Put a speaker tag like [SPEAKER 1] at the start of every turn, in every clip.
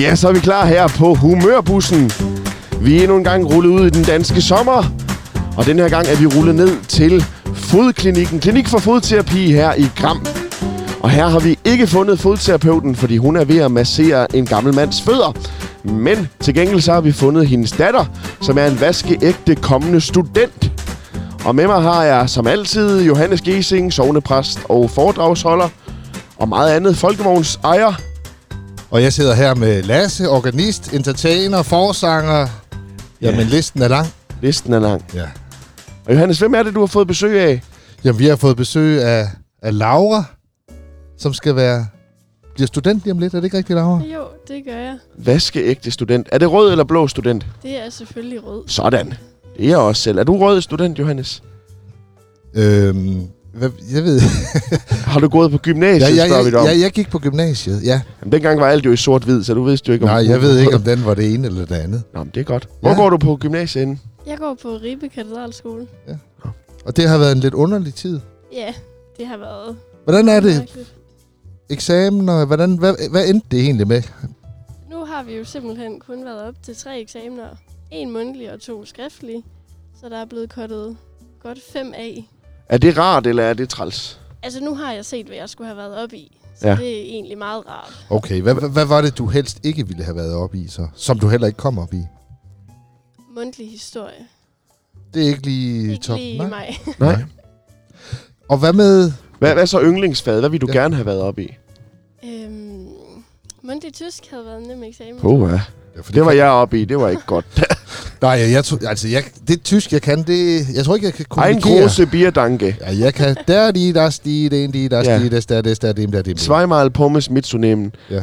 [SPEAKER 1] Ja, så er vi klar her på Humørbussen. Vi er endnu en gang rullet ud i den danske sommer. Og den her gang er vi rullet ned til Fodklinikken. Klinik for fodterapi her i Gram. Og her har vi ikke fundet fodterapeuten, fordi hun er ved at massere en gammel mands fødder. Men til gengæld så har vi fundet hendes datter, som er en vaskeægte kommende student. Og med mig har jeg som altid Johannes Gesing, sovnepræst og foredragsholder. Og meget andet, Folkevogns ejer.
[SPEAKER 2] Og jeg sidder her med Lasse, organist, entertainer, forsanger. Jamen, yeah. listen er lang.
[SPEAKER 1] Listen er lang.
[SPEAKER 2] Ja.
[SPEAKER 1] Og Johannes, hvem er det, du har fået besøg af?
[SPEAKER 2] Jamen, vi har fået besøg af, af Laura, som skal være... Bliver student lige om lidt, er det ikke rigtigt, Laura?
[SPEAKER 3] Jo, det gør jeg.
[SPEAKER 1] Vaskeægte student. Er det rød eller blå student?
[SPEAKER 3] Det er selvfølgelig rød.
[SPEAKER 1] Sådan. Det er jeg også selv. Er du rød student, Johannes?
[SPEAKER 2] Øhm, hvad, jeg ved...
[SPEAKER 1] Har du gået på gymnasiet,
[SPEAKER 2] jeg, jeg,
[SPEAKER 1] spørger vi
[SPEAKER 2] jeg,
[SPEAKER 1] dig om?
[SPEAKER 2] jeg, jeg gik på gymnasiet, ja.
[SPEAKER 1] Jamen, dengang var alt jo i sort-hvid, så du vidste jo ikke, om...
[SPEAKER 2] Nej, jeg ved ikke, om den var det ene eller det andet.
[SPEAKER 1] Nå, men det er godt. Hvor
[SPEAKER 2] Ja.
[SPEAKER 1] går du på gymnasiet henne?
[SPEAKER 3] Jeg går på Ribe Katedralskole.
[SPEAKER 2] Og det har været en lidt underlig tid.
[SPEAKER 3] Ja, det har været
[SPEAKER 2] Hvordan er det?
[SPEAKER 3] mærkeligt.
[SPEAKER 2] Eksamener, hvordan, hvad, hvad endte det egentlig med?
[SPEAKER 3] Nu har vi jo simpelthen kun været op til tre eksamener. En mundtlig og to skriftlige. Så der er blevet kottet godt fem af.
[SPEAKER 1] Er det rart, eller er det træls?
[SPEAKER 3] Altså, nu har jeg set, hvad jeg skulle have været op i. Så
[SPEAKER 1] Ja.
[SPEAKER 3] ja. det er egentlig meget rart.
[SPEAKER 2] Okay, hvad, hvad, hvad var det, du helst ikke ville have været op i så? Som du heller ikke kom op i?
[SPEAKER 3] Mundtlig historie.
[SPEAKER 2] Det er ikke lige
[SPEAKER 3] Ikke
[SPEAKER 2] top.
[SPEAKER 3] lige mig.
[SPEAKER 1] Nej.
[SPEAKER 2] Og hvad med...
[SPEAKER 1] Hvad, hvad er så yndlingsfaget? Hvad vil du ja.
[SPEAKER 2] Ja.
[SPEAKER 1] gerne have været op i?
[SPEAKER 3] øhm, mundtlig tysk havde været en nem eksamen.
[SPEAKER 1] Oh, ja.
[SPEAKER 2] Ja,
[SPEAKER 1] Det var jeg op i. Det var ikke godt.
[SPEAKER 2] Nej, jeg, jeg, tror- altså, jeg, det tysk, jeg kan, det, jeg tror ikke, jeg kan
[SPEAKER 1] Ein
[SPEAKER 2] kommunikere.
[SPEAKER 1] große Bierdanke.
[SPEAKER 2] Ja, jeg kan. Der er de, der er de, det er en, de, der
[SPEAKER 1] Ja.
[SPEAKER 2] er de, der er det, der er dem, der er dem.
[SPEAKER 1] Zweimal Pommes mitzunehmen.
[SPEAKER 2] Ja.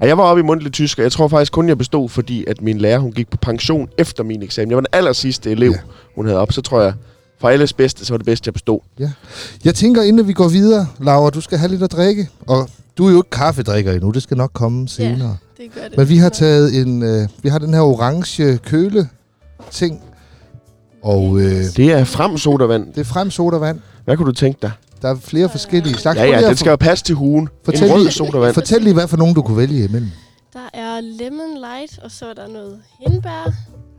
[SPEAKER 1] Og jeg var oppe i mundtlig tysk, og jeg tror faktisk kun, jeg bestod, fordi at min lærer hun gik på pension efter min eksamen. Jeg var den aller sidste elev, ja.
[SPEAKER 2] Ja.
[SPEAKER 1] hun havde op. Så tror jeg, for alles bedste, så var det bedste, jeg bestod.
[SPEAKER 2] Jeg tænker, inden vi går videre, Laura, du skal have lidt at drikke. Og du er jo ikke kaffedrikker endnu, det skal nok komme senere.
[SPEAKER 3] Det gør det.
[SPEAKER 2] Men vi har taget en, øh, vi har den her orange køle ting. Og øh,
[SPEAKER 1] Det er frem sodavand.
[SPEAKER 2] det er frem sodavand.
[SPEAKER 1] Hvad kunne du tænke dig?
[SPEAKER 2] Der er flere forskellige slags.
[SPEAKER 1] Ja,
[SPEAKER 2] Prøv
[SPEAKER 1] ja,
[SPEAKER 2] lige at
[SPEAKER 1] den skal jo passe til hugen.
[SPEAKER 2] Fortæl
[SPEAKER 1] en rød
[SPEAKER 2] lige-
[SPEAKER 1] sodavand.
[SPEAKER 2] Fortæl lige, hvad for nogen du kunne vælge imellem.
[SPEAKER 3] Der er lemon light, og så er der noget hindbær.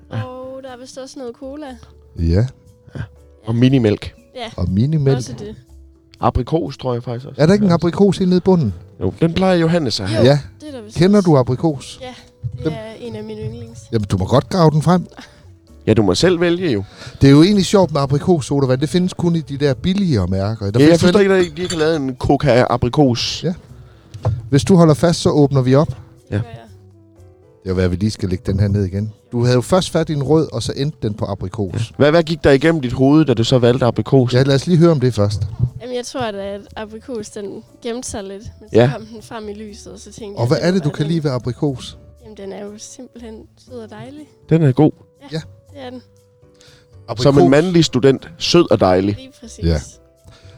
[SPEAKER 3] Og der er vist også noget cola.
[SPEAKER 2] Ja,
[SPEAKER 1] Og minimælk.
[SPEAKER 2] og minimælk.
[SPEAKER 3] Også det.
[SPEAKER 1] Aprikos, tror jeg faktisk også.
[SPEAKER 2] Er der ikke en aprikos helt nede i bunden?
[SPEAKER 1] Jo, den plejer Johannes at have.
[SPEAKER 3] Jo.
[SPEAKER 2] Ja.
[SPEAKER 3] Det er der vist
[SPEAKER 2] Kender
[SPEAKER 3] også.
[SPEAKER 2] du aprikos?
[SPEAKER 3] Det er en af mine yndlings.
[SPEAKER 2] Jamen, du må godt grave den frem.
[SPEAKER 1] Ja, du må selv vælge jo.
[SPEAKER 2] Det er jo egentlig sjovt med aprikossodavand. Det findes kun i de der billigere mærker.
[SPEAKER 1] Ja,
[SPEAKER 2] Der
[SPEAKER 1] jeg
[SPEAKER 2] findes
[SPEAKER 1] forstår
[SPEAKER 2] vel-
[SPEAKER 1] ikke, at de ikke har lavet en coca aprikos.
[SPEAKER 2] Ja. Hvis du holder fast, så åbner vi op.
[SPEAKER 3] Det
[SPEAKER 1] Ja.
[SPEAKER 3] gør jeg.
[SPEAKER 2] Det er hvad vi lige skal lægge den her ned igen. Du havde jo først fat i en rød, og så endte den på aprikos.
[SPEAKER 1] Hvad, hvad gik der igennem dit hoved, da du så valgte aprikos?
[SPEAKER 2] Ja, lad os lige høre om det først.
[SPEAKER 3] Jamen, jeg tror da, at aprikos, den gemte sig lidt. Men
[SPEAKER 1] Ja.
[SPEAKER 3] så kom den frem i lyset, og så tænkte jeg...
[SPEAKER 2] Og hvad
[SPEAKER 3] må
[SPEAKER 2] er det, du
[SPEAKER 3] være
[SPEAKER 2] kan
[SPEAKER 3] den.
[SPEAKER 2] lide ved aprikos?
[SPEAKER 3] Jamen, den er jo simpelthen sød og dejlig.
[SPEAKER 1] Den er god.
[SPEAKER 3] Det er den.
[SPEAKER 2] aprikos?
[SPEAKER 1] Som en mandlig student. Sød og dejlig.
[SPEAKER 3] Lige præcis.
[SPEAKER 2] Ja.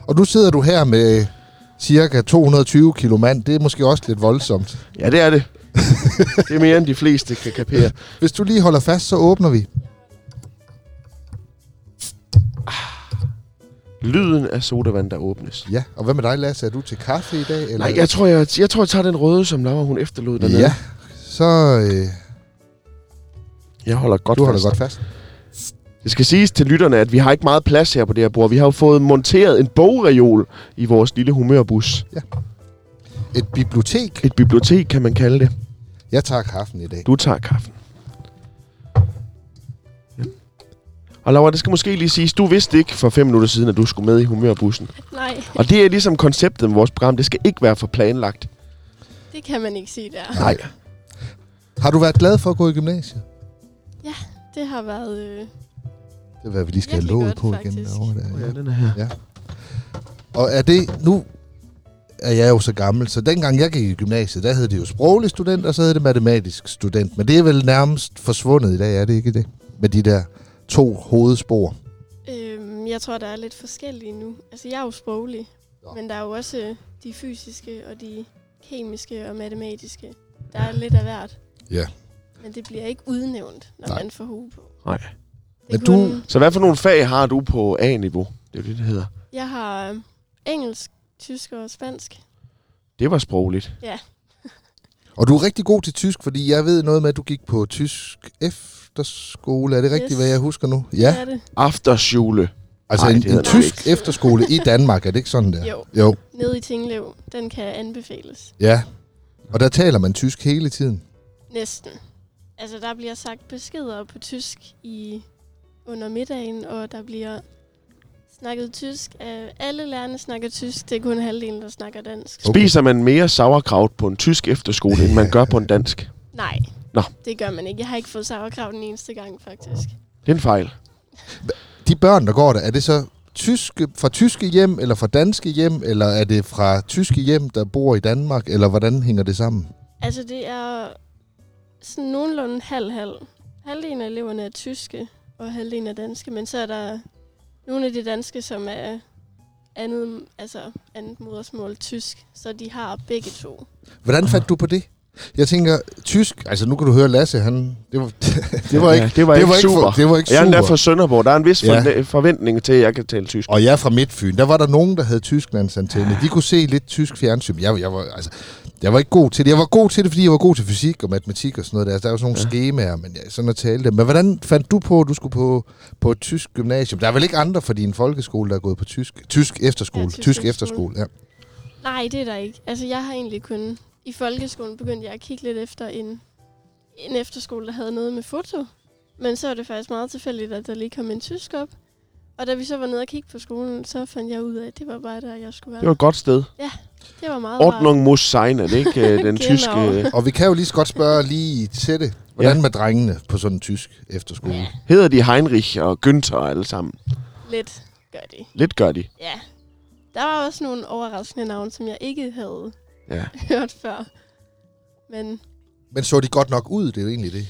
[SPEAKER 2] Og nu sidder du her med cirka 220 kilo mand. Det er måske også lidt voldsomt.
[SPEAKER 1] Ja, det er det. det er mere, end de fleste kan kapere.
[SPEAKER 2] Hvis du lige holder fast, så åbner vi.
[SPEAKER 1] Lyden af sodavand, der åbnes.
[SPEAKER 2] Ja, og hvad med dig, Lasse? Er du til kaffe i dag? Eller?
[SPEAKER 1] Nej, jeg tror, jeg, jeg, tror, jeg tager den røde, som Laura hun efterlod dernede.
[SPEAKER 2] Ja, så øh,
[SPEAKER 1] Jeg holder godt
[SPEAKER 2] du holder
[SPEAKER 1] fast.
[SPEAKER 2] godt fast.
[SPEAKER 1] Det skal siges til lytterne, at vi har ikke meget plads her på det her bord. Vi har jo fået monteret en bogreol i vores lille humørbus.
[SPEAKER 2] Et bibliotek.
[SPEAKER 1] Et bibliotek, kan man kalde det.
[SPEAKER 2] Jeg tager kaffen i dag.
[SPEAKER 1] Du tager kaffen. Ja. Og Laura, det skal måske lige siges, du vidste ikke for fem minutter siden, at du skulle med i humørbussen.
[SPEAKER 3] Nej,
[SPEAKER 1] Og det er ligesom konceptet med vores program. Det skal ikke være for planlagt.
[SPEAKER 3] det kan man ikke sige der.
[SPEAKER 1] Nej.
[SPEAKER 2] Har du været glad for at gå i gymnasiet?
[SPEAKER 3] Det har været... Øh,
[SPEAKER 2] Det er, hvad vi lige skal have
[SPEAKER 3] Virkelig
[SPEAKER 2] låget
[SPEAKER 3] godt,
[SPEAKER 2] på igen.
[SPEAKER 3] faktisk.
[SPEAKER 2] Derovre der.
[SPEAKER 1] Ja,
[SPEAKER 2] Ja.
[SPEAKER 1] den er her.
[SPEAKER 2] Og er det nu er jeg jo så gammel, så dengang jeg gik i gymnasiet, der hed det jo sproglig student, og så hed det matematisk student. Men det er vel nærmest forsvundet i dag, er det ikke det? Med de der to hovedspor.
[SPEAKER 3] øh, jeg tror, der er lidt forskellige nu. Altså, jeg er jo sproglig,
[SPEAKER 2] Nå.
[SPEAKER 3] men der er jo også øh, de fysiske og de kemiske og matematiske. Der er lidt af hvert.
[SPEAKER 2] Ja.
[SPEAKER 3] Men det bliver ikke udnævnt, når
[SPEAKER 2] Nej.
[SPEAKER 3] Nej. man får hue på.
[SPEAKER 1] Nej.
[SPEAKER 3] Det er
[SPEAKER 2] Men du-
[SPEAKER 3] kun-
[SPEAKER 1] Så hvad for nogle fag har du på A-niveau? Det er jo det, det hedder.
[SPEAKER 3] Jeg har øhm, øh, engelsk, tysk og spansk.
[SPEAKER 1] Det var sprogligt.
[SPEAKER 3] Ja.
[SPEAKER 2] Og du er rigtig god til tysk, fordi jeg ved noget med, at du gik på tysk efterskole. Er det rigtigt, yes.
[SPEAKER 3] Yes.
[SPEAKER 2] hvad jeg husker nu? Ja,
[SPEAKER 3] Det er det.
[SPEAKER 1] Afterskole.
[SPEAKER 2] altså
[SPEAKER 1] Ej,
[SPEAKER 2] en,
[SPEAKER 1] det hedder
[SPEAKER 2] en
[SPEAKER 1] det
[SPEAKER 2] tysk
[SPEAKER 1] ikke.
[SPEAKER 2] efterskole i Danmark, er det ikke sådan der?
[SPEAKER 3] Jo.
[SPEAKER 2] Jo,
[SPEAKER 3] Nede i Tinglev. Den kan anbefales.
[SPEAKER 2] ja. Og der taler man tysk hele tiden.
[SPEAKER 3] Næsten. Altså, der bliver sagt beskeder på tysk i under middagen, og der bliver snakket tysk. Øh, alle lærerne snakker tysk. Det er kun halvdelen, der snakker dansk.
[SPEAKER 2] Okay.
[SPEAKER 1] Spiser man mere sauerkraut på en tysk efterskole, end man gør på en dansk?
[SPEAKER 3] Nej.
[SPEAKER 1] Nå.
[SPEAKER 3] Det gør man ikke. Jeg har ikke fået sauerkraut den eneste gang, faktisk.
[SPEAKER 1] Det er en fejl.
[SPEAKER 2] De børn, der går der, er det så tyske, fra tyske hjem, eller fra danske hjem, eller er det fra tyske hjem, der bor i Danmark, eller hvordan hænger det sammen?
[SPEAKER 3] Altså, det er sådan nogenlunde halv-halv. Halvdelen af eleverne er tyske, og halvdelen er danske, men så er der nogle af de danske, som er andet, altså andet modersmål tysk, så de har begge to.
[SPEAKER 2] Hvordan fandt du på det? Jeg tænker, tysk, altså nu kan du høre Lasse, han, det var, det var ikke,
[SPEAKER 1] det var ikke
[SPEAKER 2] for-
[SPEAKER 1] super.
[SPEAKER 2] det var ikke
[SPEAKER 1] Jeg er endda
[SPEAKER 2] super.
[SPEAKER 1] fra Sønderborg. Der er en vis
[SPEAKER 2] Ja.
[SPEAKER 1] ja. forventning til, at jeg kan tale tysk.
[SPEAKER 2] Og jeg er fra Midtfyn. Der var der nogen, der havde Tysklandsantenne. De kunne se lidt tysk fjernsyn. Jeg, jeg, var, altså, jeg var ikke god til det. Jeg var god til det, fordi jeg var god til fysik og matematik og sådan noget. Der, altså, der er jo sådan nogle ja. skemaer, men jeg, sådan at tale det. Men hvordan fandt du på, at du skulle på, på et tysk gymnasium? Der er vel ikke andre fra din folkeskole, der er gået på tysk, tysk efterskole? Ja,
[SPEAKER 3] Ja,
[SPEAKER 2] tysk,
[SPEAKER 3] tysk
[SPEAKER 2] tysk efterskole,
[SPEAKER 3] efterskole.
[SPEAKER 2] ja.
[SPEAKER 3] Nej, det er der ikke. Altså, jeg har egentlig kun... I folkeskolen begyndte jeg at kigge lidt efter en, en efterskole, der havde noget med foto. Men så var det faktisk meget tilfældigt, at der lige kom en tysk op. Og da vi så var nede og kigge på skolen, så fandt jeg ud af, at det var bare der, jeg skulle være.
[SPEAKER 1] Det var et godt sted.
[SPEAKER 3] det var meget rart.
[SPEAKER 1] Ordnung muss sein, er det ikke øh, den
[SPEAKER 3] Genau.
[SPEAKER 1] tyske... øh,
[SPEAKER 2] Og vi kan jo lige så godt spørge lige til det. Hvordan ja. med drengene på sådan en tysk efterskole? Ja.
[SPEAKER 1] Hedder de Heinrich og Günther alle sammen?
[SPEAKER 3] Lidt gør de.
[SPEAKER 1] Lidt gør de.
[SPEAKER 3] Ja. Der var også nogle overraskende navne, som jeg ikke havde
[SPEAKER 1] Ja.
[SPEAKER 3] hørt før. Men
[SPEAKER 2] Men så de godt nok ud, det er jo egentlig det.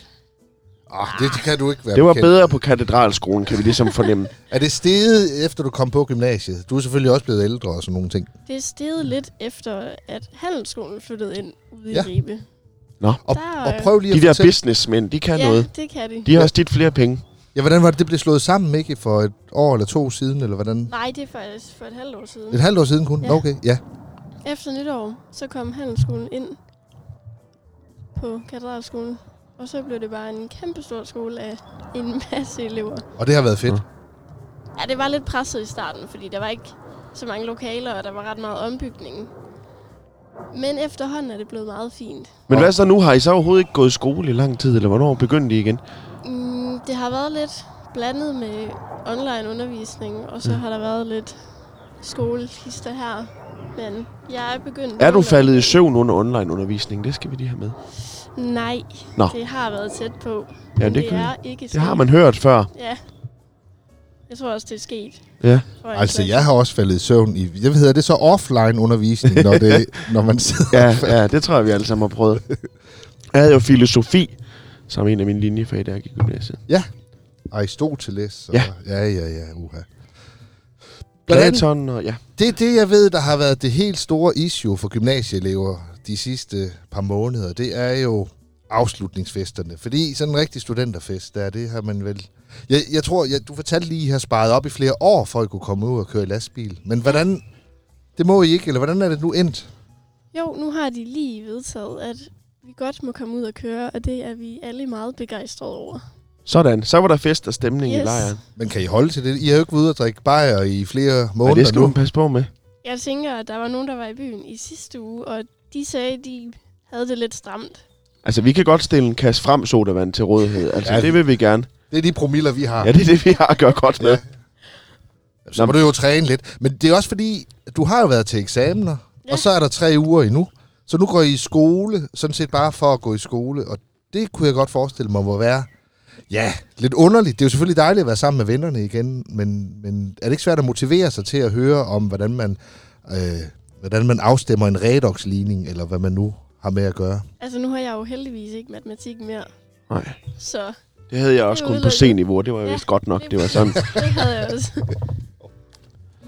[SPEAKER 2] Ah, det, det kan du ikke være
[SPEAKER 1] Det var
[SPEAKER 2] bekendt.
[SPEAKER 1] bedre på katedralskolen, kan vi ligesom fornemme.
[SPEAKER 2] Er det steget, efter du kom på gymnasiet? Du er selvfølgelig også blevet ældre og sådan nogle ting.
[SPEAKER 3] det er steget lidt efter, at handelsskolen flyttede ind ude i
[SPEAKER 2] Ja.
[SPEAKER 3] Ribe.
[SPEAKER 2] Og,
[SPEAKER 3] Der
[SPEAKER 2] og
[SPEAKER 3] er-
[SPEAKER 2] prøv lige
[SPEAKER 1] De
[SPEAKER 2] at
[SPEAKER 1] der
[SPEAKER 2] fortælle,
[SPEAKER 1] businessmænd, de kan
[SPEAKER 3] ja,
[SPEAKER 1] noget.
[SPEAKER 3] det kan de.
[SPEAKER 1] De har også dit flere penge.
[SPEAKER 2] ja, hvordan var det, det blev slået sammen, ikke? For et år eller to siden, eller hvordan?
[SPEAKER 3] Nej, det er faktisk for et halvt år siden.
[SPEAKER 2] Et halvt år siden kun? Ja.
[SPEAKER 3] Ja.
[SPEAKER 2] Okay, ja.
[SPEAKER 3] Efter nytår, så kom handelsskolen ind på katedralskolen. Og så blev det bare en kæmpe stor skole af en masse elever.
[SPEAKER 2] Og det har været fedt.
[SPEAKER 3] Ja, det var lidt presset i starten, fordi der var ikke så mange lokaler, og der var ret meget ombygning. Men efterhånden er det blevet meget fint.
[SPEAKER 1] Men
[SPEAKER 2] Og-
[SPEAKER 1] hvad så nu? Har I så overhovedet ikke gået i skole i lang tid, eller hvornår begyndte I igen?
[SPEAKER 3] Mm, det har været lidt blandet med online undervisning, og
[SPEAKER 1] Mm.
[SPEAKER 3] så har der været lidt skolehister her. Men jeg er begyndt...
[SPEAKER 1] Er du
[SPEAKER 3] at-
[SPEAKER 1] faldet i søvn under onlineundervisning? Det skal vi lige have med.
[SPEAKER 3] Nej,
[SPEAKER 1] Nå.
[SPEAKER 3] det har været tæt på.
[SPEAKER 1] Ja,
[SPEAKER 3] men
[SPEAKER 1] det
[SPEAKER 3] det
[SPEAKER 1] kan-
[SPEAKER 3] er ikke
[SPEAKER 1] Det har
[SPEAKER 3] sket.
[SPEAKER 1] man hørt før.
[SPEAKER 3] Ja. Jeg tror også, det er sket.
[SPEAKER 1] Ja.
[SPEAKER 3] for en
[SPEAKER 2] Altså,
[SPEAKER 3] klasse.
[SPEAKER 2] jeg har også faldet i søvn i... Jeg ved, er det så offline-undervisning, når, det, når man sidder...
[SPEAKER 1] Ja, ja, det tror jeg, vi alle sammen har prøvet. Jeg havde jo filosofi, som en af mine linjefag, da jeg gik i gymnasiet.
[SPEAKER 2] Aristoteles. Og,
[SPEAKER 1] Ja.
[SPEAKER 2] Ja, ja, ja, uha. Hvordan,
[SPEAKER 1] Platon og ja.
[SPEAKER 2] det er det, jeg ved, der har været det helt store issue for gymnasieelever de sidste par måneder. Det er jo afslutningsfesterne. Fordi sådan en rigtig studenterfest, der, er det har man vel... Jeg, jeg tror, jeg, du fortalte lige, at I har sparet op i flere år, for at I kunne komme ud og køre i lastbil. Men hvordan... Det må I ikke, eller hvordan er det nu endt?
[SPEAKER 3] Jo, nu har de lige vedtaget, at vi godt må komme ud og køre, og det er vi alle meget begejstrede over.
[SPEAKER 1] Sådan, så var der fest og stemning yes. i
[SPEAKER 3] Yes.
[SPEAKER 1] lejren.
[SPEAKER 2] Men kan I holde til det? I har jo ikke været ude og drikke bajer i flere
[SPEAKER 1] Men det
[SPEAKER 2] måneder
[SPEAKER 1] skal
[SPEAKER 2] nu.
[SPEAKER 1] man passe på med.
[SPEAKER 3] Jeg tænker, at der var nogen, der var i byen i sidste uge, og de sagde, at de havde det lidt stramt.
[SPEAKER 1] Altså, vi kan godt stille en kasse frem sodavand til rådighed. Altså,
[SPEAKER 2] Ja.
[SPEAKER 1] ja. det vil vi gerne.
[SPEAKER 2] Det er de promiller, vi har.
[SPEAKER 1] Ja, det er det, vi har at gøre godt med.
[SPEAKER 2] Ja. Så må du jo træne lidt. Men det er også fordi, at du har jo været til eksamener, ja.
[SPEAKER 3] Ja.
[SPEAKER 2] og så er der tre uger endnu. Så nu går I i skole, sådan set bare for at gå i skole. Og det kunne jeg godt forestille mig må være, ja, lidt underligt. Det er jo selvfølgelig dejligt at være sammen med vennerne igen, men, men er det ikke svært at motivere sig til at høre om, hvordan man, øh, hvordan man afstemmer en redoxligning, eller hvad man nu har med at gøre?
[SPEAKER 3] Altså, nu har jeg jo heldigvis ikke matematik mere,
[SPEAKER 1] Nej,
[SPEAKER 3] så
[SPEAKER 1] det havde jeg også
[SPEAKER 3] Det er
[SPEAKER 1] kun på
[SPEAKER 3] udelukket.
[SPEAKER 1] C-niveau. Det var jo
[SPEAKER 3] Ja.
[SPEAKER 1] vist godt nok, det var sådan.
[SPEAKER 3] det havde jeg også.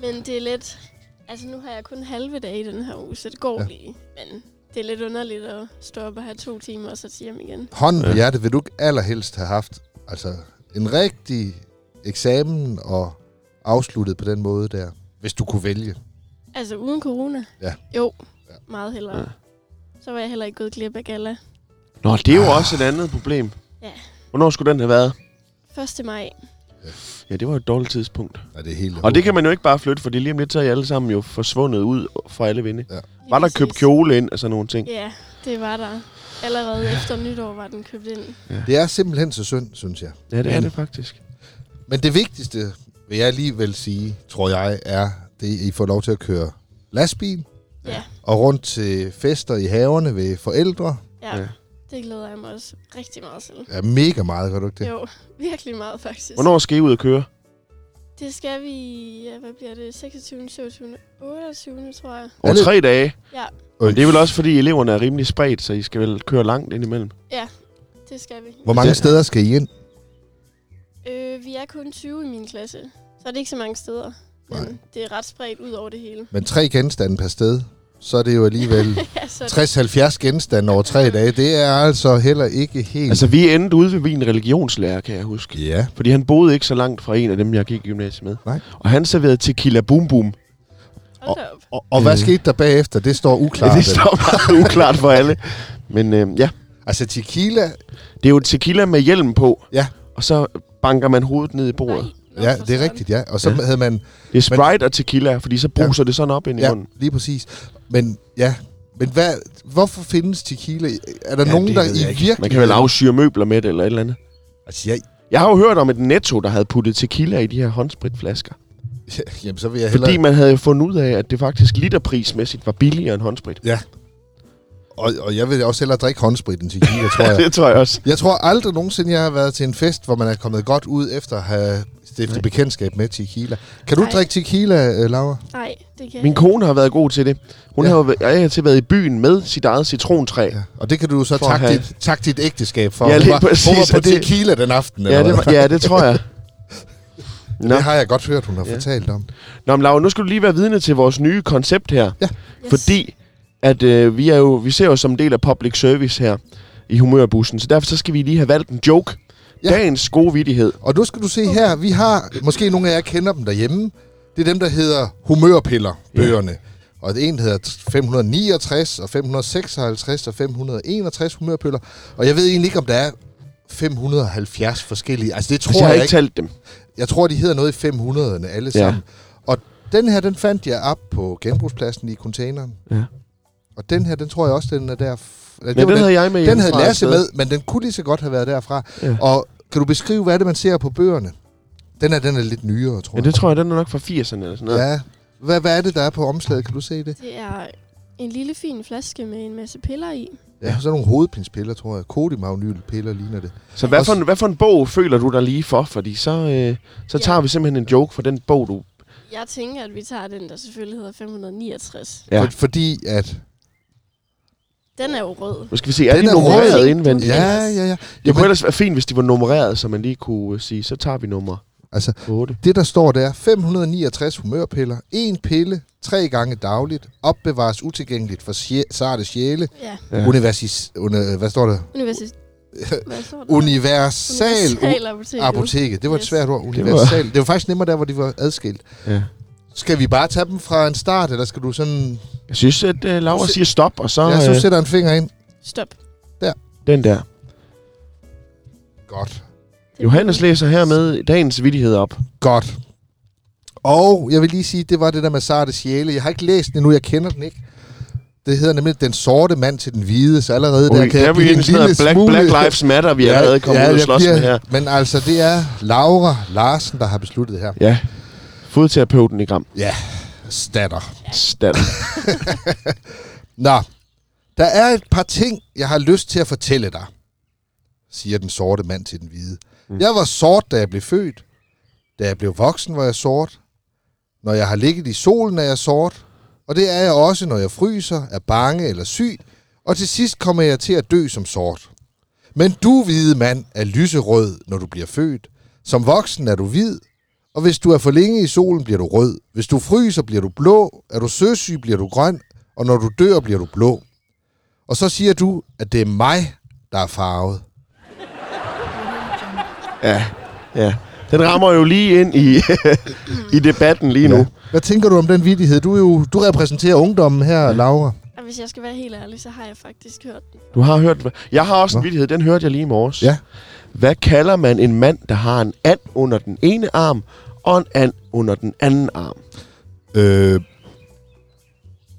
[SPEAKER 3] Men det er lidt... Altså, nu har jeg kun halve dage i den her uge, så det går
[SPEAKER 2] Ja.
[SPEAKER 3] ja. lige. Men det er lidt underligt at stå op og have to timer, og så til hjem igen.
[SPEAKER 2] Hånden på
[SPEAKER 1] Ja.
[SPEAKER 2] hjertet vil du ikke allerhelst have haft altså, en rigtig eksamen og afsluttet på den måde der, hvis du kunne vælge.
[SPEAKER 3] Altså, uden corona?
[SPEAKER 2] Ja.
[SPEAKER 3] Jo,
[SPEAKER 2] Ja.
[SPEAKER 3] meget hellere.
[SPEAKER 1] Ja.
[SPEAKER 3] Så var jeg heller ikke gået glip af gala.
[SPEAKER 1] Nå, det er
[SPEAKER 2] Ah.
[SPEAKER 1] jo også et andet problem.
[SPEAKER 3] Ja.
[SPEAKER 1] Hvornår skulle den have været?
[SPEAKER 3] 1. maj.
[SPEAKER 1] Ja, det var et dårligt tidspunkt.
[SPEAKER 2] Nej, det er helt
[SPEAKER 1] Og det kan man jo ikke bare flytte, fordi lige om lidt så er I alle sammen jo forsvundet ud fra alle vinde.
[SPEAKER 3] lige
[SPEAKER 1] Var der
[SPEAKER 3] præcis.
[SPEAKER 1] købt kjole ind og sådan nogle ting?
[SPEAKER 3] Ja, det var der. Allerede efter nytår var den købt ind.
[SPEAKER 2] det er simpelthen så synd, synes jeg.
[SPEAKER 1] Ja, det er
[SPEAKER 2] Men-
[SPEAKER 1] det faktisk.
[SPEAKER 2] Men det vigtigste, vil jeg alligevel sige, tror jeg, er, det I får lov til at køre lastbil.
[SPEAKER 3] Ja.
[SPEAKER 2] Og rundt til fester i haverne ved forældre.
[SPEAKER 3] Ja,
[SPEAKER 1] Ja.
[SPEAKER 3] ja. det glæder jeg mig også rigtig meget til.
[SPEAKER 2] Ja, mega meget, gør du ikke det?
[SPEAKER 3] Det. Jo, virkelig meget faktisk.
[SPEAKER 1] Hvornår skal I ud og køre?
[SPEAKER 3] Det skal vi, ja, hvad bliver det, 26. 27. 28. tror jeg.
[SPEAKER 1] Over
[SPEAKER 2] Alle-
[SPEAKER 1] tre dage.
[SPEAKER 3] Ja.
[SPEAKER 1] Men det er vel også, fordi eleverne er rimelig spredt, så I skal vel køre langt indimellem.
[SPEAKER 2] Mm.
[SPEAKER 3] Det skal vi.
[SPEAKER 2] Hvor mange
[SPEAKER 1] Det-
[SPEAKER 2] steder skal I ind?
[SPEAKER 3] Øh, vi er kun 20 i min klasse, så er det ikke så mange steder. Men
[SPEAKER 2] Nej.
[SPEAKER 3] det er ret spredt ud over det hele.
[SPEAKER 2] Men tre genstande per sted, så er det jo alligevel
[SPEAKER 3] Ja, så
[SPEAKER 2] 60-70 genstande over tre dage. Det er altså heller ikke helt...
[SPEAKER 1] Altså, vi endte ude ved min religionslærer, kan jeg huske.
[SPEAKER 2] ja.
[SPEAKER 1] Fordi han boede ikke så langt fra en af dem, jeg gik i gymnasiet med.
[SPEAKER 2] Nej.
[SPEAKER 1] Og han serverede tequila boom boom.
[SPEAKER 3] hold da op.
[SPEAKER 2] Og, og hvad
[SPEAKER 1] Øh.
[SPEAKER 2] skete der bagefter? Det står
[SPEAKER 1] Ja,
[SPEAKER 2] uklart.
[SPEAKER 1] det står meget uklart for alle. Men øh, ja,
[SPEAKER 2] Altså tequila,
[SPEAKER 1] det er jo tequila med hjelm på.
[SPEAKER 2] Ja.
[SPEAKER 1] Og så banker man hovedet ned i bordet.
[SPEAKER 3] Nej, nå,
[SPEAKER 2] ja,
[SPEAKER 3] for
[SPEAKER 2] det er
[SPEAKER 3] søren.
[SPEAKER 2] rigtigt, ja. Og så
[SPEAKER 1] Ja.
[SPEAKER 2] havde man...
[SPEAKER 1] Det er Sprite og tequila, fordi så bruser ja. det sådan op ind i
[SPEAKER 2] Ja,
[SPEAKER 1] munden.
[SPEAKER 2] lige præcis. Men ja, men hvad, hvorfor findes tequila? Er der
[SPEAKER 1] Ja,
[SPEAKER 2] ja, nogen,
[SPEAKER 1] det
[SPEAKER 2] der
[SPEAKER 1] ved jeg
[SPEAKER 2] i
[SPEAKER 1] ikke.
[SPEAKER 2] virkelig...
[SPEAKER 1] Man kan vel afsyre møbler med det eller et eller andet.
[SPEAKER 2] Altså, jeg,
[SPEAKER 1] Jeg har jo hørt om et netto, der havde puttet tequila i de her håndspritflasker.
[SPEAKER 2] jamen, så vil jeg
[SPEAKER 1] Fordi
[SPEAKER 2] hellere...
[SPEAKER 1] man havde jo fundet ud af, at det faktisk literprismæssigt var billigere end håndsprit.
[SPEAKER 2] Ja. Og, og jeg vil også hellere drikke håndsprit end tequila, tror jeg.
[SPEAKER 1] Det tror jeg også.
[SPEAKER 2] Jeg tror aldrig nogensinde, jeg har været til en fest, hvor man er kommet godt ud efter at have stiftet
[SPEAKER 1] Nej.
[SPEAKER 2] bekendtskab med tequila. Kan du
[SPEAKER 3] Nej.
[SPEAKER 2] drikke tequila, øh, Laura?
[SPEAKER 3] Nej, det kan
[SPEAKER 1] Min
[SPEAKER 3] Min
[SPEAKER 1] kone har været god til det. Hun
[SPEAKER 2] Ja.
[SPEAKER 1] ja. har jo væ- af og til været i byen med sit eget citrontræ. Ja,
[SPEAKER 2] Ja. Og det kan du så
[SPEAKER 1] For at
[SPEAKER 2] takke
[SPEAKER 1] have-
[SPEAKER 2] dit, tak dit ægteskab for.
[SPEAKER 1] Ja,
[SPEAKER 2] Hun
[SPEAKER 1] lige
[SPEAKER 2] var- Hun
[SPEAKER 1] præcis,
[SPEAKER 2] var på
[SPEAKER 1] og det-
[SPEAKER 2] tequila den aften,
[SPEAKER 1] ja,
[SPEAKER 2] eller
[SPEAKER 1] det,
[SPEAKER 2] hvad?
[SPEAKER 1] var- ja det tror jeg. Nå.
[SPEAKER 2] Det har jeg godt hørt, hun har
[SPEAKER 1] Ja.
[SPEAKER 2] fortalt om.
[SPEAKER 1] Nå, men Laura, nu skal du lige være vidne til vores nye koncept her.
[SPEAKER 3] yes.
[SPEAKER 1] Fordi at øh, vi, er jo, vi ser jo som en del af public service her i humørbussen, så derfor så skal vi lige have valgt en joke.
[SPEAKER 2] Ja.
[SPEAKER 1] Ja. Dagens gode vittighed.
[SPEAKER 2] Og nu skal du se her, vi har, måske nogle af jer kender dem derhjemme, det er dem, der hedder humørpiller, bøgerne. Og det ene hedder 569, og 556, og 561 humørpiller. Og jeg ved egentlig ikke, om der er 570 forskellige. Altså, det tror
[SPEAKER 1] Altså, jeg
[SPEAKER 2] jeg,
[SPEAKER 1] har
[SPEAKER 2] ikke.
[SPEAKER 1] ikke talt dem.
[SPEAKER 2] Jeg tror, de hedder noget i 500'erne alle
[SPEAKER 1] Ja.
[SPEAKER 2] sammen. Og den her, den fandt jeg op på genbrugspladsen i containeren.
[SPEAKER 1] Ja.
[SPEAKER 2] Og den her, den tror jeg også, den er der... Ja,
[SPEAKER 1] Men den havde jeg med
[SPEAKER 2] den havde
[SPEAKER 1] hjemmefra
[SPEAKER 2] Lasse
[SPEAKER 1] afsted.
[SPEAKER 2] med, men den kunne lige så godt have været derfra.
[SPEAKER 1] Ja.
[SPEAKER 2] Og kan du beskrive, hvad er det, man ser på bøgerne? Den er, den er lidt nyere, tror
[SPEAKER 1] Ja, det tror jeg, den er nok fra 80'erne eller sådan noget.
[SPEAKER 2] jeg. Ja. Hvad, hvad er det, der er på omslaget? Kan du se det?
[SPEAKER 3] Det er en lille fin flaske med en masse piller i.
[SPEAKER 2] Ja, så nogle hovedpinspiller, tror jeg. Kodimagnylpiller ligner det.
[SPEAKER 1] Så hvad for, en,
[SPEAKER 2] Også-
[SPEAKER 1] hvad for en bog føler du dig lige for? Fordi så, øh, så
[SPEAKER 3] Ja.
[SPEAKER 1] tager vi simpelthen en joke for den bog, du...
[SPEAKER 3] Jeg tænker, at vi tager den, der selvfølgelig hedder 569.
[SPEAKER 1] Ja.
[SPEAKER 2] For, fordi at...
[SPEAKER 3] Den er jo rød.
[SPEAKER 1] Nu skal vi se, er
[SPEAKER 2] Den
[SPEAKER 1] de
[SPEAKER 2] er
[SPEAKER 1] nummereret
[SPEAKER 3] rød.
[SPEAKER 1] indvendigt?
[SPEAKER 3] Ja.
[SPEAKER 1] Ja.
[SPEAKER 2] ja, ja.
[SPEAKER 1] Det kunne
[SPEAKER 2] Jamen,
[SPEAKER 1] ellers være fint, hvis de var nummereret, så man lige kunne øh, sige, så tager vi nummer
[SPEAKER 2] altså,
[SPEAKER 1] 8.
[SPEAKER 2] det, der står, der er 569 humørpiller. En pille, tre gange dagligt. Opbevares utilgængeligt for sje- sarte sjæle.
[SPEAKER 3] Ja,
[SPEAKER 1] Ja.
[SPEAKER 2] Ja. Universis... Under, hvad står der?
[SPEAKER 3] universitet. Hvad står der?
[SPEAKER 2] Universal
[SPEAKER 3] Universalapotek.
[SPEAKER 2] apoteket. Det var et
[SPEAKER 3] Yes.
[SPEAKER 2] svært ord.
[SPEAKER 1] var-
[SPEAKER 2] Universal. Det var faktisk nemmere der, hvor de var adskilt.
[SPEAKER 1] Ja.
[SPEAKER 2] Skal vi bare tage dem fra en start, eller skal du sådan...
[SPEAKER 1] Jeg synes, at øh, Laura
[SPEAKER 2] Se-
[SPEAKER 1] siger stop, og så
[SPEAKER 2] Ja,
[SPEAKER 1] øh,
[SPEAKER 2] så sætter en finger ind.
[SPEAKER 3] Stop.
[SPEAKER 1] den der.
[SPEAKER 2] Godt.
[SPEAKER 3] Det er
[SPEAKER 1] Johannes læser hermed dagens vittighed op.
[SPEAKER 2] Godt. Og jeg vil lige sige, det var det der med Sarte Sjæle. Jeg har ikke læst den endnu, jeg kender den ikke. Det hedder nemlig Den sorte mand til den hvide, så allerede
[SPEAKER 1] Ui,
[SPEAKER 2] der kan
[SPEAKER 1] der
[SPEAKER 2] jeg
[SPEAKER 1] er vi
[SPEAKER 2] blive en
[SPEAKER 1] en sådan
[SPEAKER 2] lille
[SPEAKER 1] noget Black,
[SPEAKER 2] smule...
[SPEAKER 1] Black Lives Matter, vi ja, allerede kommet ja, ud og
[SPEAKER 2] jeg
[SPEAKER 1] slås med her.
[SPEAKER 2] Men altså, det er Laura Larsen, der har besluttet det her.
[SPEAKER 1] Ja. Fodterapeuten i Gram.
[SPEAKER 2] Ja, statter.
[SPEAKER 1] Stand.
[SPEAKER 2] Nå, der er et par ting, jeg har lyst til at fortælle dig, siger den sorte mand til den hvide. Mm. Jeg var sort, da jeg blev født. Da jeg blev voksen, var jeg sort. Når jeg har ligget i solen, er jeg sort. Og det er jeg også, når jeg fryser, er bange eller syg. Og til sidst kommer jeg til at dø som sort. Men du, hvide mand, er lyserød, når du bliver født. Som voksen er du hvid, og hvis du er for længe i solen, bliver du rød. Hvis du fryser, bliver du blå. Er du søsyg, bliver du grøn. Og når du dør, bliver du blå. Og så siger du, at det er mig, der er farvet.
[SPEAKER 1] Ja. ja. Den rammer jo lige ind i, i debatten lige nu.
[SPEAKER 2] Hvad tænker du om den vidighed? Du, er jo, du repræsenterer ungdommen her, Laura.
[SPEAKER 3] Jamen, Og hvis jeg skal være helt ærlig, så har jeg faktisk hørt den.
[SPEAKER 1] Du har hørt... Jeg har også en
[SPEAKER 2] Nå.
[SPEAKER 1] vildhed. Den hørte jeg lige i morges.
[SPEAKER 2] Ja.
[SPEAKER 1] Hvad kalder man en mand, der har en and under den ene arm, og en and under den anden arm?
[SPEAKER 2] Øh,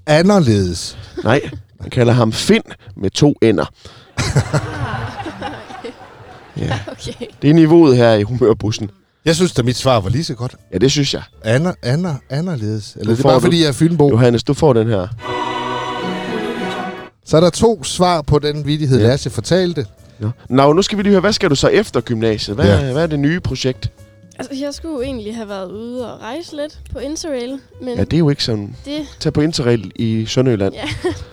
[SPEAKER 2] anderledes.
[SPEAKER 1] Nej, man kalder ham Finn med to ender. ja.
[SPEAKER 3] Okay.
[SPEAKER 1] Det er niveauet her i humørbussen.
[SPEAKER 2] Jeg synes, at mit svar var lige så godt.
[SPEAKER 1] Ja, det synes jeg.
[SPEAKER 2] Ander, ander, anderledes. Eller
[SPEAKER 1] Nu
[SPEAKER 2] det er
[SPEAKER 1] får
[SPEAKER 2] bare,
[SPEAKER 1] du-
[SPEAKER 2] fordi jeg er Fynbo.
[SPEAKER 1] Johannes, du får den her.
[SPEAKER 2] Så er der to svar på den vidighed,
[SPEAKER 1] Ja.
[SPEAKER 2] ja. Lasse fortalte.
[SPEAKER 1] Ja. Nå, nu skal vi lige høre, hvad skal du så efter gymnasiet? Hvad, ja.
[SPEAKER 2] Ja.
[SPEAKER 1] hvad er det nye projekt?
[SPEAKER 3] Altså, jeg skulle jo egentlig have været ude og rejse lidt på Interrail, men
[SPEAKER 1] Ja, det er jo ikke sådan.
[SPEAKER 3] det,
[SPEAKER 1] Tag på Interrail i Sønderjylland.
[SPEAKER 3] ja,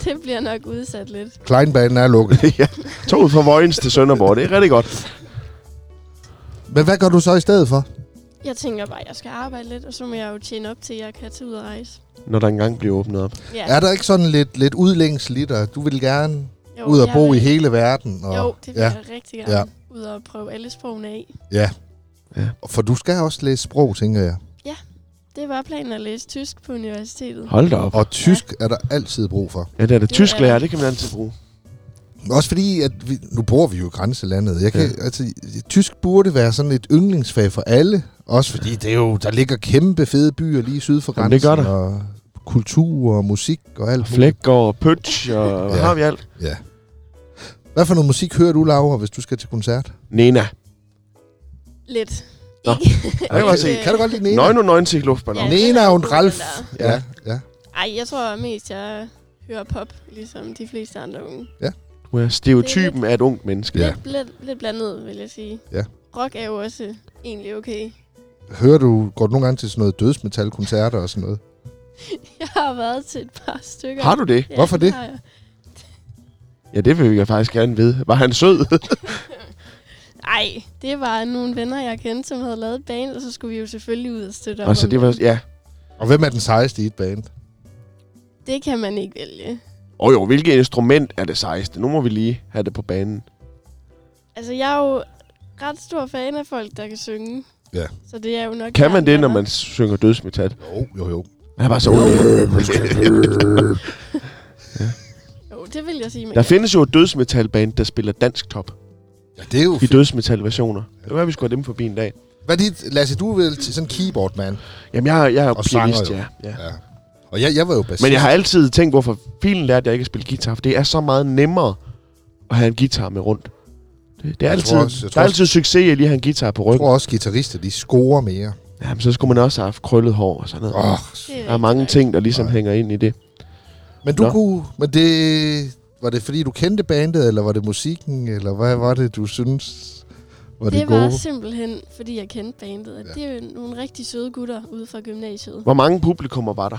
[SPEAKER 3] det bliver nok udsat lidt.
[SPEAKER 2] Kleinbanen er lukket.
[SPEAKER 1] ja. Toget fra Vojens til Sønderborg, det er rigtig godt.
[SPEAKER 2] Men hvad gør du så i stedet for?
[SPEAKER 3] Jeg tænker bare, at jeg skal arbejde lidt, og så må jeg jo tjene op til, at jeg kan tage ud og rejse.
[SPEAKER 1] Når der engang bliver åbnet op.
[SPEAKER 3] Ja,
[SPEAKER 2] Er der ikke sådan lidt, lidt udlængsel i dig? Du vil gerne
[SPEAKER 3] jo,
[SPEAKER 2] jo, ud og
[SPEAKER 3] jeg
[SPEAKER 2] bo
[SPEAKER 3] vil-
[SPEAKER 2] i hele verden. Og,
[SPEAKER 3] Jo, det vil
[SPEAKER 2] ja,
[SPEAKER 3] jeg rigtig gerne.
[SPEAKER 2] Ja.
[SPEAKER 3] Ud og prøve alle sprogene af.
[SPEAKER 2] ja.
[SPEAKER 1] Ja.
[SPEAKER 2] ja. For du skal også læse sprog, tænker jeg.
[SPEAKER 3] Det var planen at læse tysk på universitetet.
[SPEAKER 1] Hold da op.
[SPEAKER 2] Og tysk ja. er der altid brug for.
[SPEAKER 1] Ja, det er det.
[SPEAKER 3] Det er-
[SPEAKER 1] Tysklærer, det kan man altid bruge.
[SPEAKER 2] Også fordi, at vi, nu bor vi jo i grænselandet. Jeg kan, ja. altså, tysk burde være sådan et yndlingsfag for alle. Også fordi, det er jo, der ligger kæmpe fede byer lige syd for
[SPEAKER 1] Jamen,
[SPEAKER 2] grænsen.
[SPEAKER 1] det gør der.
[SPEAKER 2] Og kultur og musik og alt muligt.
[SPEAKER 1] Flækgaard og Pøtsch og hvad
[SPEAKER 2] Ja.
[SPEAKER 1] har vi alt?
[SPEAKER 2] Ja. Hvad for noget musik hører du, Laura, hvis du skal til koncert?
[SPEAKER 1] Nena.
[SPEAKER 3] Lidt.
[SPEAKER 1] Nå.
[SPEAKER 3] Ikke-
[SPEAKER 1] kan jeg godt se.
[SPEAKER 3] ikke-
[SPEAKER 2] Kan du godt lide Nena?
[SPEAKER 1] 990 luftballon.
[SPEAKER 3] Ja.
[SPEAKER 2] Nena er jo en Ralf.
[SPEAKER 1] Ja.
[SPEAKER 2] Ja, ja.
[SPEAKER 3] Ej, jeg tror mest, jeg hører pop, ligesom de fleste andre unge.
[SPEAKER 1] Du er stereotypen af et ungt menneske.
[SPEAKER 2] Ja.
[SPEAKER 3] Lidt, lidt, lidt blandet, vil jeg sige.
[SPEAKER 2] Ja.
[SPEAKER 3] Rock er jo også egentlig okay.
[SPEAKER 2] Hører du, går du nogle gange til sådan noget dødsmetalkoncerter og sådan noget?
[SPEAKER 3] Jeg har været til et par stykker.
[SPEAKER 1] Har du det?
[SPEAKER 3] Ja,
[SPEAKER 2] Hvorfor det?
[SPEAKER 3] har jeg.
[SPEAKER 1] Ja, det vil jeg faktisk gerne vide. Var han sød?
[SPEAKER 3] Ej, det var nogle venner, jeg kendte, som havde lavet et band, og så skulle vi jo selvfølgelig ud og støtte op
[SPEAKER 1] altså,
[SPEAKER 3] om
[SPEAKER 1] det var...
[SPEAKER 3] dem.
[SPEAKER 1] Ja.
[SPEAKER 2] Og hvem er den sejeste i et band?
[SPEAKER 3] Det kan man ikke vælge.
[SPEAKER 1] Og jo, hvilket instrument er det sejeste? Nu må vi lige have det på banen.
[SPEAKER 3] Altså, jeg er jo ret stor fan af folk, der kan synge.
[SPEAKER 2] Ja.
[SPEAKER 3] Så det er jo nok...
[SPEAKER 1] Kan man det, når
[SPEAKER 3] jernbaner.
[SPEAKER 1] man synger dødsmetal?
[SPEAKER 2] Jo, jo, jo.
[SPEAKER 1] Han er bare så ondt.
[SPEAKER 3] Jo, det vil jeg sige, man
[SPEAKER 1] Der findes jo et dødsmetalband, der spiller dansk top
[SPEAKER 2] Ja, det er jo
[SPEAKER 1] i
[SPEAKER 2] fint.
[SPEAKER 1] dødsmetalversioner. Det var, vi skulle have dem forbi en dag.
[SPEAKER 2] Hvad er dit, Lasse, du er vel til sådan en keyboard, mand?
[SPEAKER 1] Jamen, jeg, jeg er
[SPEAKER 2] Og
[SPEAKER 1] pianist,
[SPEAKER 2] sanger
[SPEAKER 1] ja.
[SPEAKER 2] jo.
[SPEAKER 1] ja.
[SPEAKER 2] Ja. Og jeg, jeg var jo bassist.
[SPEAKER 1] Men jeg har altid tænkt, hvorfor filen lærte jeg ikke at spille guitar, for det er så meget nemmere at have en guitar med rundt. Det, det er
[SPEAKER 2] Jeg
[SPEAKER 1] altid,
[SPEAKER 2] tror også- jeg
[SPEAKER 1] der
[SPEAKER 2] tror
[SPEAKER 1] er
[SPEAKER 2] også-
[SPEAKER 1] altid succes i at lige have en guitar på
[SPEAKER 2] Jeg
[SPEAKER 1] ryggen.
[SPEAKER 2] tror også, guitarister, de scorer mere.
[SPEAKER 1] Jamen, så skulle man også have haft krøllet hår og sådan noget.
[SPEAKER 2] Oh.
[SPEAKER 3] Det
[SPEAKER 1] Der er mange
[SPEAKER 3] rigtig
[SPEAKER 1] ting, der ligesom
[SPEAKER 2] Nej.
[SPEAKER 1] hænger ind i det.
[SPEAKER 2] Men du
[SPEAKER 1] Nå.
[SPEAKER 2] Nå. kunne... Men det, var det fordi, du kendte bandet, eller var det musikken, eller hvad var det, du synes var det,
[SPEAKER 3] nok. Det
[SPEAKER 2] det gode?
[SPEAKER 3] var simpelthen, fordi jeg kendte bandet. at
[SPEAKER 2] Ja.
[SPEAKER 3] Det er jo nogle rigtig søde gutter ude fra gymnasiet.
[SPEAKER 1] Hvor mange publikummer var der?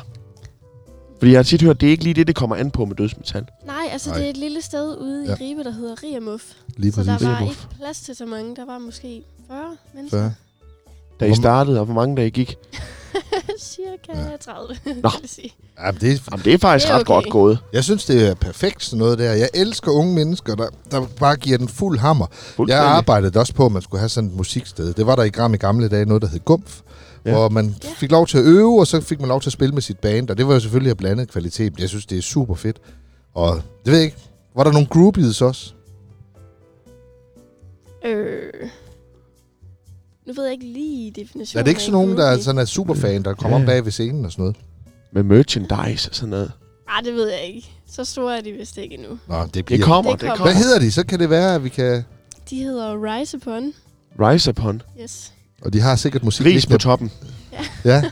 [SPEAKER 1] Fordi jeg har tit hørt, det er ikke lige det, det kommer an på med dødsmetal.
[SPEAKER 3] Nej, altså
[SPEAKER 2] Nej.
[SPEAKER 3] det er et lille sted ude
[SPEAKER 2] Ja.
[SPEAKER 3] i Ribe, der hedder Riemuff.
[SPEAKER 2] Lige
[SPEAKER 3] Så der
[SPEAKER 2] præcis.
[SPEAKER 3] var
[SPEAKER 1] Riemuff.
[SPEAKER 3] ikke plads til så mange. Der var måske 40 mennesker.
[SPEAKER 2] Ja.
[SPEAKER 1] Da I
[SPEAKER 2] Hvor-
[SPEAKER 1] startede, og hvor mange der I gik.
[SPEAKER 3] Cirka
[SPEAKER 2] Ja.
[SPEAKER 3] 30,
[SPEAKER 1] Nå.
[SPEAKER 3] vil jeg sige.
[SPEAKER 2] Jamen, det, er-
[SPEAKER 1] Jamen, det er faktisk
[SPEAKER 3] Det
[SPEAKER 1] det
[SPEAKER 3] er
[SPEAKER 1] er ret
[SPEAKER 3] okay.
[SPEAKER 1] godt gået.
[SPEAKER 2] jeg synes, det er perfekt sådan noget der. Jeg elsker unge mennesker, der, der bare giver den fuld hammer. Jeg
[SPEAKER 1] Fuldstændig.
[SPEAKER 2] arbejdede også på, at man skulle have sådan et musiksted. Det var der i Gram i gamle dage noget, der hed Gumf.
[SPEAKER 1] Ja.
[SPEAKER 2] Ja. Hvor man
[SPEAKER 3] Ja.
[SPEAKER 2] fik lov til at øve, og så fik man lov til at spille med sit band. Og det var jo selvfølgelig af blandet kvalitet. Jeg synes, det er super fedt. Og det ved jeg ikke. Var der nogle groupies også?
[SPEAKER 3] Øh. Nu ved jeg ikke lige definitionen.
[SPEAKER 2] Er det ikke
[SPEAKER 3] af
[SPEAKER 2] sådan nogen, der
[SPEAKER 3] groupie.
[SPEAKER 2] er sådan er superfan, der kommer
[SPEAKER 1] Ja.
[SPEAKER 2] ja. bag ved scenen og sådan noget?
[SPEAKER 1] Med merchandise og sådan noget.
[SPEAKER 3] Ej, Ah, det ved jeg ikke. Så store er de vist ikke endnu.
[SPEAKER 2] Nå, det bliver...
[SPEAKER 1] Det kommer, det
[SPEAKER 3] Det
[SPEAKER 1] kommer.
[SPEAKER 3] kommer.
[SPEAKER 2] Hvad hedder de? Så kan det være, at vi kan...
[SPEAKER 3] De hedder jo Rise Upon.
[SPEAKER 1] Rise Upon.
[SPEAKER 3] Yes.
[SPEAKER 2] Og de har sikkert musik...
[SPEAKER 1] Ris på
[SPEAKER 2] liggende-
[SPEAKER 1] toppen.
[SPEAKER 2] Ja.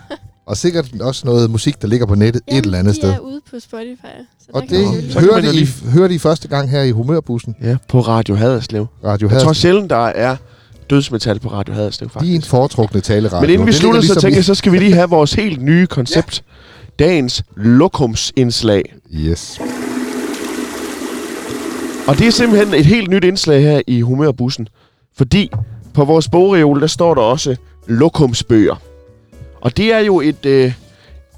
[SPEAKER 2] Og sikkert også noget musik, der ligger på nettet et eller andet
[SPEAKER 3] de
[SPEAKER 2] sted.
[SPEAKER 3] er ude på Spotify. Så
[SPEAKER 2] Og
[SPEAKER 3] der
[SPEAKER 2] det
[SPEAKER 3] kan man jo lige-
[SPEAKER 1] Så kan
[SPEAKER 2] hører
[SPEAKER 1] man jo
[SPEAKER 2] de,
[SPEAKER 1] lige-
[SPEAKER 2] I, hører de første gang her i Humørbussen.
[SPEAKER 1] Ja, på Radio Haderslev.
[SPEAKER 2] Radio
[SPEAKER 1] Jeg tror
[SPEAKER 2] Haderslev.
[SPEAKER 1] sjældent, der er dødsmetal på Radio Haderslev, faktisk.
[SPEAKER 2] Din foretrukne taleradio.
[SPEAKER 1] Men inden vi
[SPEAKER 2] Det ligger
[SPEAKER 1] slutter, så
[SPEAKER 2] ligesom
[SPEAKER 1] tænker jeg, så skal vi lige have vores helt nye koncept. Dagens lokumsindslag.
[SPEAKER 2] i- Yes.
[SPEAKER 1] Og det er simpelthen et helt nyt indslag her i Humørbussen. Fordi på vores bogreol, der står der også lokumsbøger. Og det er jo et, øh,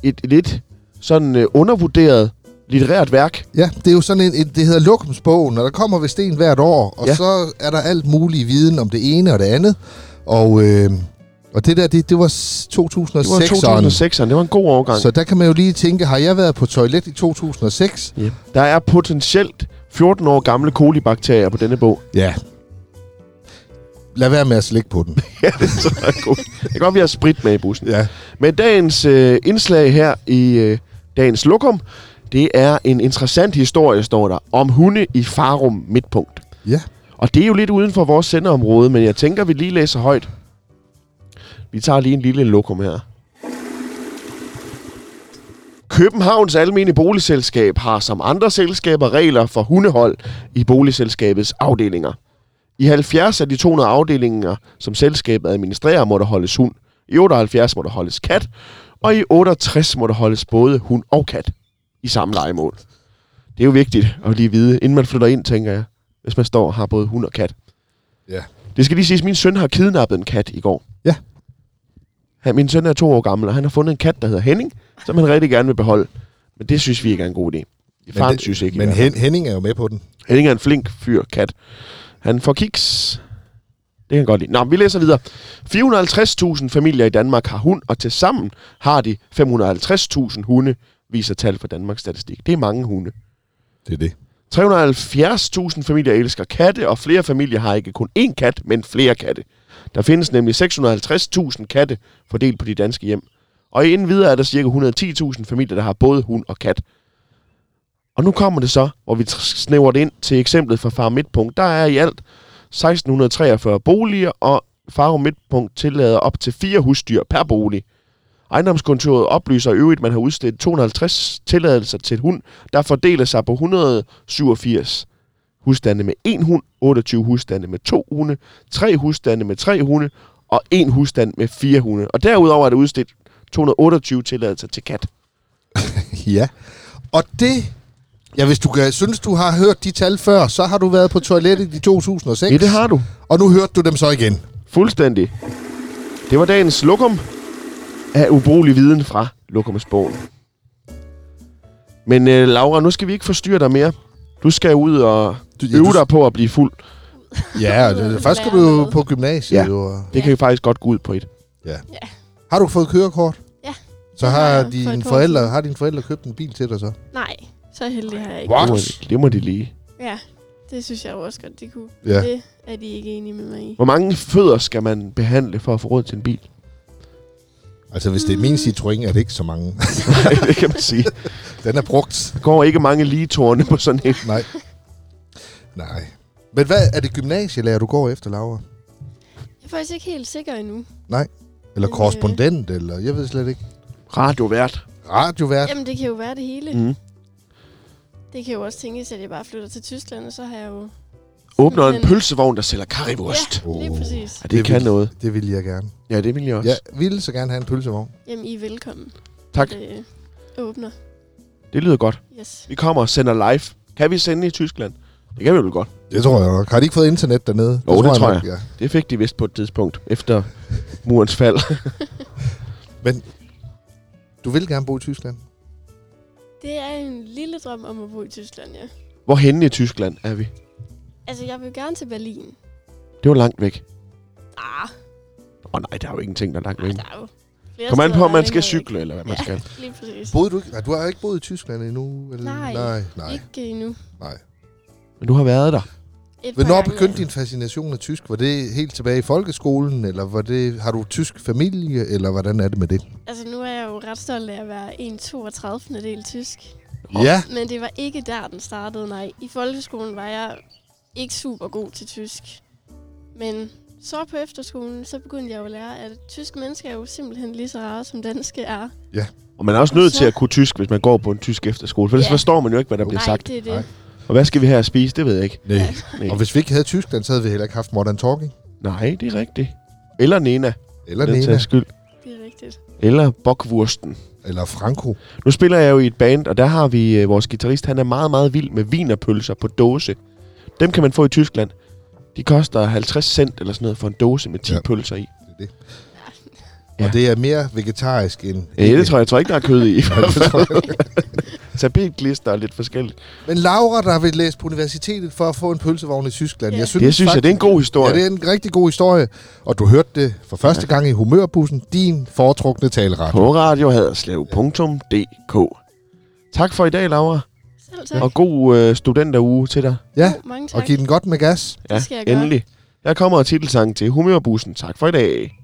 [SPEAKER 1] et lidt sådan øh, undervurderet litterært værk.
[SPEAKER 2] Ja, det er jo sådan en, en det hedder Lokumsbogen, og der kommer vist en hvert år, og
[SPEAKER 1] Ja.
[SPEAKER 2] ja. så er der alt mulig viden om det ene og det andet. Og øh, Og det der, det, det var s-
[SPEAKER 1] Det var
[SPEAKER 2] 2006'eren.
[SPEAKER 1] 2006'eren. Det var en god overgang.
[SPEAKER 2] Så der kan man jo lige tænke, har jeg været på toilet i 2006?
[SPEAKER 1] Yep. Der er potentielt 14 år gamle kolibakterier på denne bog.
[SPEAKER 2] Ja. Lad være med at slikke på den.
[SPEAKER 1] Ja, det er så god. Det kan godt, vi har sprit med i bussen.
[SPEAKER 2] ja.
[SPEAKER 1] Men dagens øh, indslag her i øh, dagens lokum, det er en interessant historie, står der, om hunde i Farum Midtpunkt.
[SPEAKER 2] Ja.
[SPEAKER 1] Og det er jo lidt uden for vores sendeområde, men jeg tænker, vi lige læser højt. Vi tager lige en lille lokum her. Københavns Almene Boligselskab har som andre selskaber regler for hundehold i boligselskabets afdelinger. I 70 af de 200 afdelinger, som selskabet administrerer, må der holdes hund. I 78 må der holdes kat, og i 68 må der holdes både hund og kat i samme legemål. Det er jo vigtigt at lige vide, inden man flytter ind, tænker jeg, hvis man står og har både hund og kat.
[SPEAKER 2] Ja.
[SPEAKER 1] Det skal lige siges, at min søn har kidnappet en kat i går.
[SPEAKER 2] Ja.
[SPEAKER 1] Han, min søn er to år gammel, og han har fundet en kat, der hedder Henning, som han rigtig gerne vil beholde. Men det synes vi ikke er en god idé. Faren
[SPEAKER 2] det-
[SPEAKER 1] synes ikke. i
[SPEAKER 2] Men
[SPEAKER 1] hvert fald.
[SPEAKER 2] Hen- Henning er jo med på den.
[SPEAKER 1] Henning er en flink fyr, kat. Han får kiks. Det kan han godt lide. Nå, vi læser videre. 450.000 familier i Danmark har hund, og tilsammen har de 550.000 hunde, viser tal fra Danmarks Statistik. Det er mange hunde.
[SPEAKER 2] Det er det.
[SPEAKER 1] 370.000 familier elsker katte, og flere familier har ikke kun én kat, men flere katte. Der findes nemlig 650.000 katte fordelt på de danske hjem. Og inden videre er der ca. 110.000 familier, der har både hund og kat. Og nu kommer det så, hvor vi tr- snæver det ind til eksemplet fra Far Midtpunkt. Der er i alt 1643 boliger, og Far Midtpunkt tillader op til fire husdyr per bolig. Ejendomskontoret oplyser i øvrigt, at man har udstedt 250 tilladelser til hund, der fordeler sig på 187 husstande med en hund, 28 husstande med to hunde, tre husstande med tre hunde og en husstand med fire hunde. Og derudover er der udstedt 228 tilladelser til kat.
[SPEAKER 2] Ja. Og det... Ja, hvis du kan, synes, du har hørt de tal før, så har du været på toilettet i 2006.
[SPEAKER 1] Ja, det har du.
[SPEAKER 2] Og nu hørte du dem så igen.
[SPEAKER 1] Fuldstændig. Det var dagens lokum af ubrugelig viden fra lokumsbogen. Men øh, Laura, nu skal vi ikke forstyrre dig mere. Du skal ud og
[SPEAKER 2] Du- ja,
[SPEAKER 1] øve
[SPEAKER 2] du-
[SPEAKER 1] dig på at blive fuld.
[SPEAKER 2] Ja, og det, først skal du jo på gymnasiet.
[SPEAKER 1] Ja.
[SPEAKER 2] Ja. Jo, og-
[SPEAKER 1] Det kan jo faktisk godt gå ud på et.
[SPEAKER 2] har du fået kørekort?
[SPEAKER 3] Ja.
[SPEAKER 2] Så
[SPEAKER 3] Det har
[SPEAKER 2] har
[SPEAKER 3] jeg for
[SPEAKER 2] dine
[SPEAKER 3] et år
[SPEAKER 2] forældre,
[SPEAKER 3] siden.
[SPEAKER 2] har dine forældre købt en bil til dig så?
[SPEAKER 3] Nej, så heldig har jeg ikke.
[SPEAKER 1] Det må, de- det må de lige.
[SPEAKER 3] Ja, det synes jeg jo også godt, de kunne.
[SPEAKER 2] Ja.
[SPEAKER 3] Det er de ikke enige med mig i.
[SPEAKER 1] Hvor mange fødder skal man behandle for at få råd til en bil?
[SPEAKER 2] Altså, hvis det er min Citroën, er det ikke så mange.
[SPEAKER 1] Nej, det kan man sige.
[SPEAKER 2] den er brugt.
[SPEAKER 1] Der går ikke mange ligetårne på sådan en.
[SPEAKER 2] Nej. Nej. Men hvad, er det gymnasielærer, du går efter, Laura?
[SPEAKER 3] Jeg er faktisk ikke helt sikker endnu.
[SPEAKER 2] Eller
[SPEAKER 3] Øh.
[SPEAKER 2] korrespondent, eller jeg ved slet ikke.
[SPEAKER 1] radiovært.
[SPEAKER 2] Radiovært?
[SPEAKER 3] Jamen, det kan jo være det hele.
[SPEAKER 1] Mm.
[SPEAKER 3] Det kan jo også tænkes, at jeg bare flytter til Tyskland, og så har jeg jo...
[SPEAKER 1] Åbner en
[SPEAKER 3] Men-
[SPEAKER 1] pølsevogn, der sælger karrievost.
[SPEAKER 3] Ja, lige
[SPEAKER 2] Åh.
[SPEAKER 3] præcis.
[SPEAKER 1] Ja, det, det
[SPEAKER 2] Det
[SPEAKER 1] kan
[SPEAKER 2] vil-
[SPEAKER 1] noget.
[SPEAKER 2] Det ville jeg gerne.
[SPEAKER 1] Ja, det vil jeg også. Ja.
[SPEAKER 2] Jeg ville så gerne have en pølsevogn.
[SPEAKER 3] Jamen, I er velkommen.
[SPEAKER 1] Tak.
[SPEAKER 3] Det åbner.
[SPEAKER 1] Det lyder godt.
[SPEAKER 3] Yes.
[SPEAKER 1] Vi kommer og sender live. Kan vi sende i Tyskland? Det kan vi vel godt.
[SPEAKER 2] Det tror jeg nok. Har de ikke fået internet dernede?
[SPEAKER 1] Jo, det tror
[SPEAKER 2] nok, Ja.
[SPEAKER 1] Det fik de vist på et tidspunkt, efter murens fald.
[SPEAKER 2] Du vil gerne bo i Tyskland?
[SPEAKER 3] Det er en lille drøm om at bo i Tyskland, ja.
[SPEAKER 1] Hvor henne i Tyskland er vi?
[SPEAKER 3] Altså, jeg vil gerne til Berlin.
[SPEAKER 1] Det var langt væk.
[SPEAKER 3] Ah,
[SPEAKER 1] Åh oh, nej, der er jo ingenting, der er langt
[SPEAKER 3] nej,
[SPEAKER 1] væk.
[SPEAKER 3] der er jo flere
[SPEAKER 1] Kom an
[SPEAKER 3] steder,
[SPEAKER 1] på, om
[SPEAKER 3] der er
[SPEAKER 1] man skal
[SPEAKER 3] længere væk.
[SPEAKER 1] cykle, eller hvad man
[SPEAKER 3] Ja.
[SPEAKER 1] skal.
[SPEAKER 3] Lige præcis.
[SPEAKER 2] Boede du ikke? Nej, du har ikke boet i Tyskland endnu? Eller?
[SPEAKER 3] Nej.
[SPEAKER 2] Nej, nej,
[SPEAKER 3] Ikke endnu.
[SPEAKER 2] nej.
[SPEAKER 1] Men du har været der.
[SPEAKER 3] Et par
[SPEAKER 2] Hvornår
[SPEAKER 3] gange,
[SPEAKER 2] begyndte
[SPEAKER 3] ja.
[SPEAKER 2] din fascination af tysk? Var det helt tilbage i folkeskolen, eller var det, har du tysk familie, eller hvordan er det med det?
[SPEAKER 3] Altså, nu er jeg jo ret stolt af at være en 32. del tysk.
[SPEAKER 2] Ja.
[SPEAKER 3] Men det var ikke der, den startede, nej. I folkeskolen var jeg ikke super god til tysk. Men så på efterskolen, så begyndte jeg jo at lære, at tyske mennesker er jo simpelthen lige så rare, som danske er.
[SPEAKER 1] Og man er også nødt
[SPEAKER 3] Så-
[SPEAKER 1] til at kunne tysk, hvis man går på en tysk efterskole. For ellers
[SPEAKER 3] Ja.
[SPEAKER 1] forstår man jo ikke, hvad der bliver
[SPEAKER 3] nej,
[SPEAKER 1] sagt.
[SPEAKER 3] det er det.
[SPEAKER 2] Nej.
[SPEAKER 1] Og hvad skal vi her at spise? Det ved jeg ikke.
[SPEAKER 2] Nej.
[SPEAKER 1] Nej.
[SPEAKER 2] Og hvis vi ikke havde Tyskland, så havde vi heller ikke haft Modern Talking.
[SPEAKER 1] Nej, det er rigtigt. Eller Nena,
[SPEAKER 2] Eller
[SPEAKER 1] den
[SPEAKER 2] Nena.
[SPEAKER 1] tages skyld.
[SPEAKER 3] Det er rigtigt.
[SPEAKER 1] Eller Bokwursten.
[SPEAKER 2] Eller Franco.
[SPEAKER 1] Nu spiller jeg jo i et band, og der har vi øh, vores guitarist, han er meget, meget vild med vinerpølser på dåse. Dem kan man få i Tyskland. De koster 50 cent eller sådan noget for en dåse med 10 ja.
[SPEAKER 2] Ja.
[SPEAKER 1] pølser i.
[SPEAKER 2] Ja.
[SPEAKER 1] Ja.
[SPEAKER 2] Og det er mere vegetarisk end...
[SPEAKER 1] Ja, det tror jeg, jeg tror ikke, der er kød i. tapetglister og lidt forskelligt.
[SPEAKER 2] Men Laura, der vil læse på universitetet for at få en pølsevogn i Tyskland.
[SPEAKER 3] Ja.
[SPEAKER 2] Jeg synes,
[SPEAKER 1] Det synes jeg, det er en god
[SPEAKER 2] Ja,
[SPEAKER 1] historie.
[SPEAKER 2] det er en rigtig god historie, og du hørte det for første gang i Humørbussen, din foretrukne taleret.
[SPEAKER 1] På radiohaderslev.dk Tak for i dag, Laura.
[SPEAKER 3] Selv tak.
[SPEAKER 1] Og god øh, studenteruge til dig.
[SPEAKER 2] Ja,
[SPEAKER 3] Jo, mange tak.
[SPEAKER 2] og giv den godt med gas.
[SPEAKER 3] Det skal jeg gøre.
[SPEAKER 1] endelig. Der kommer titelsangen til Humørbussen. Tak for i dag.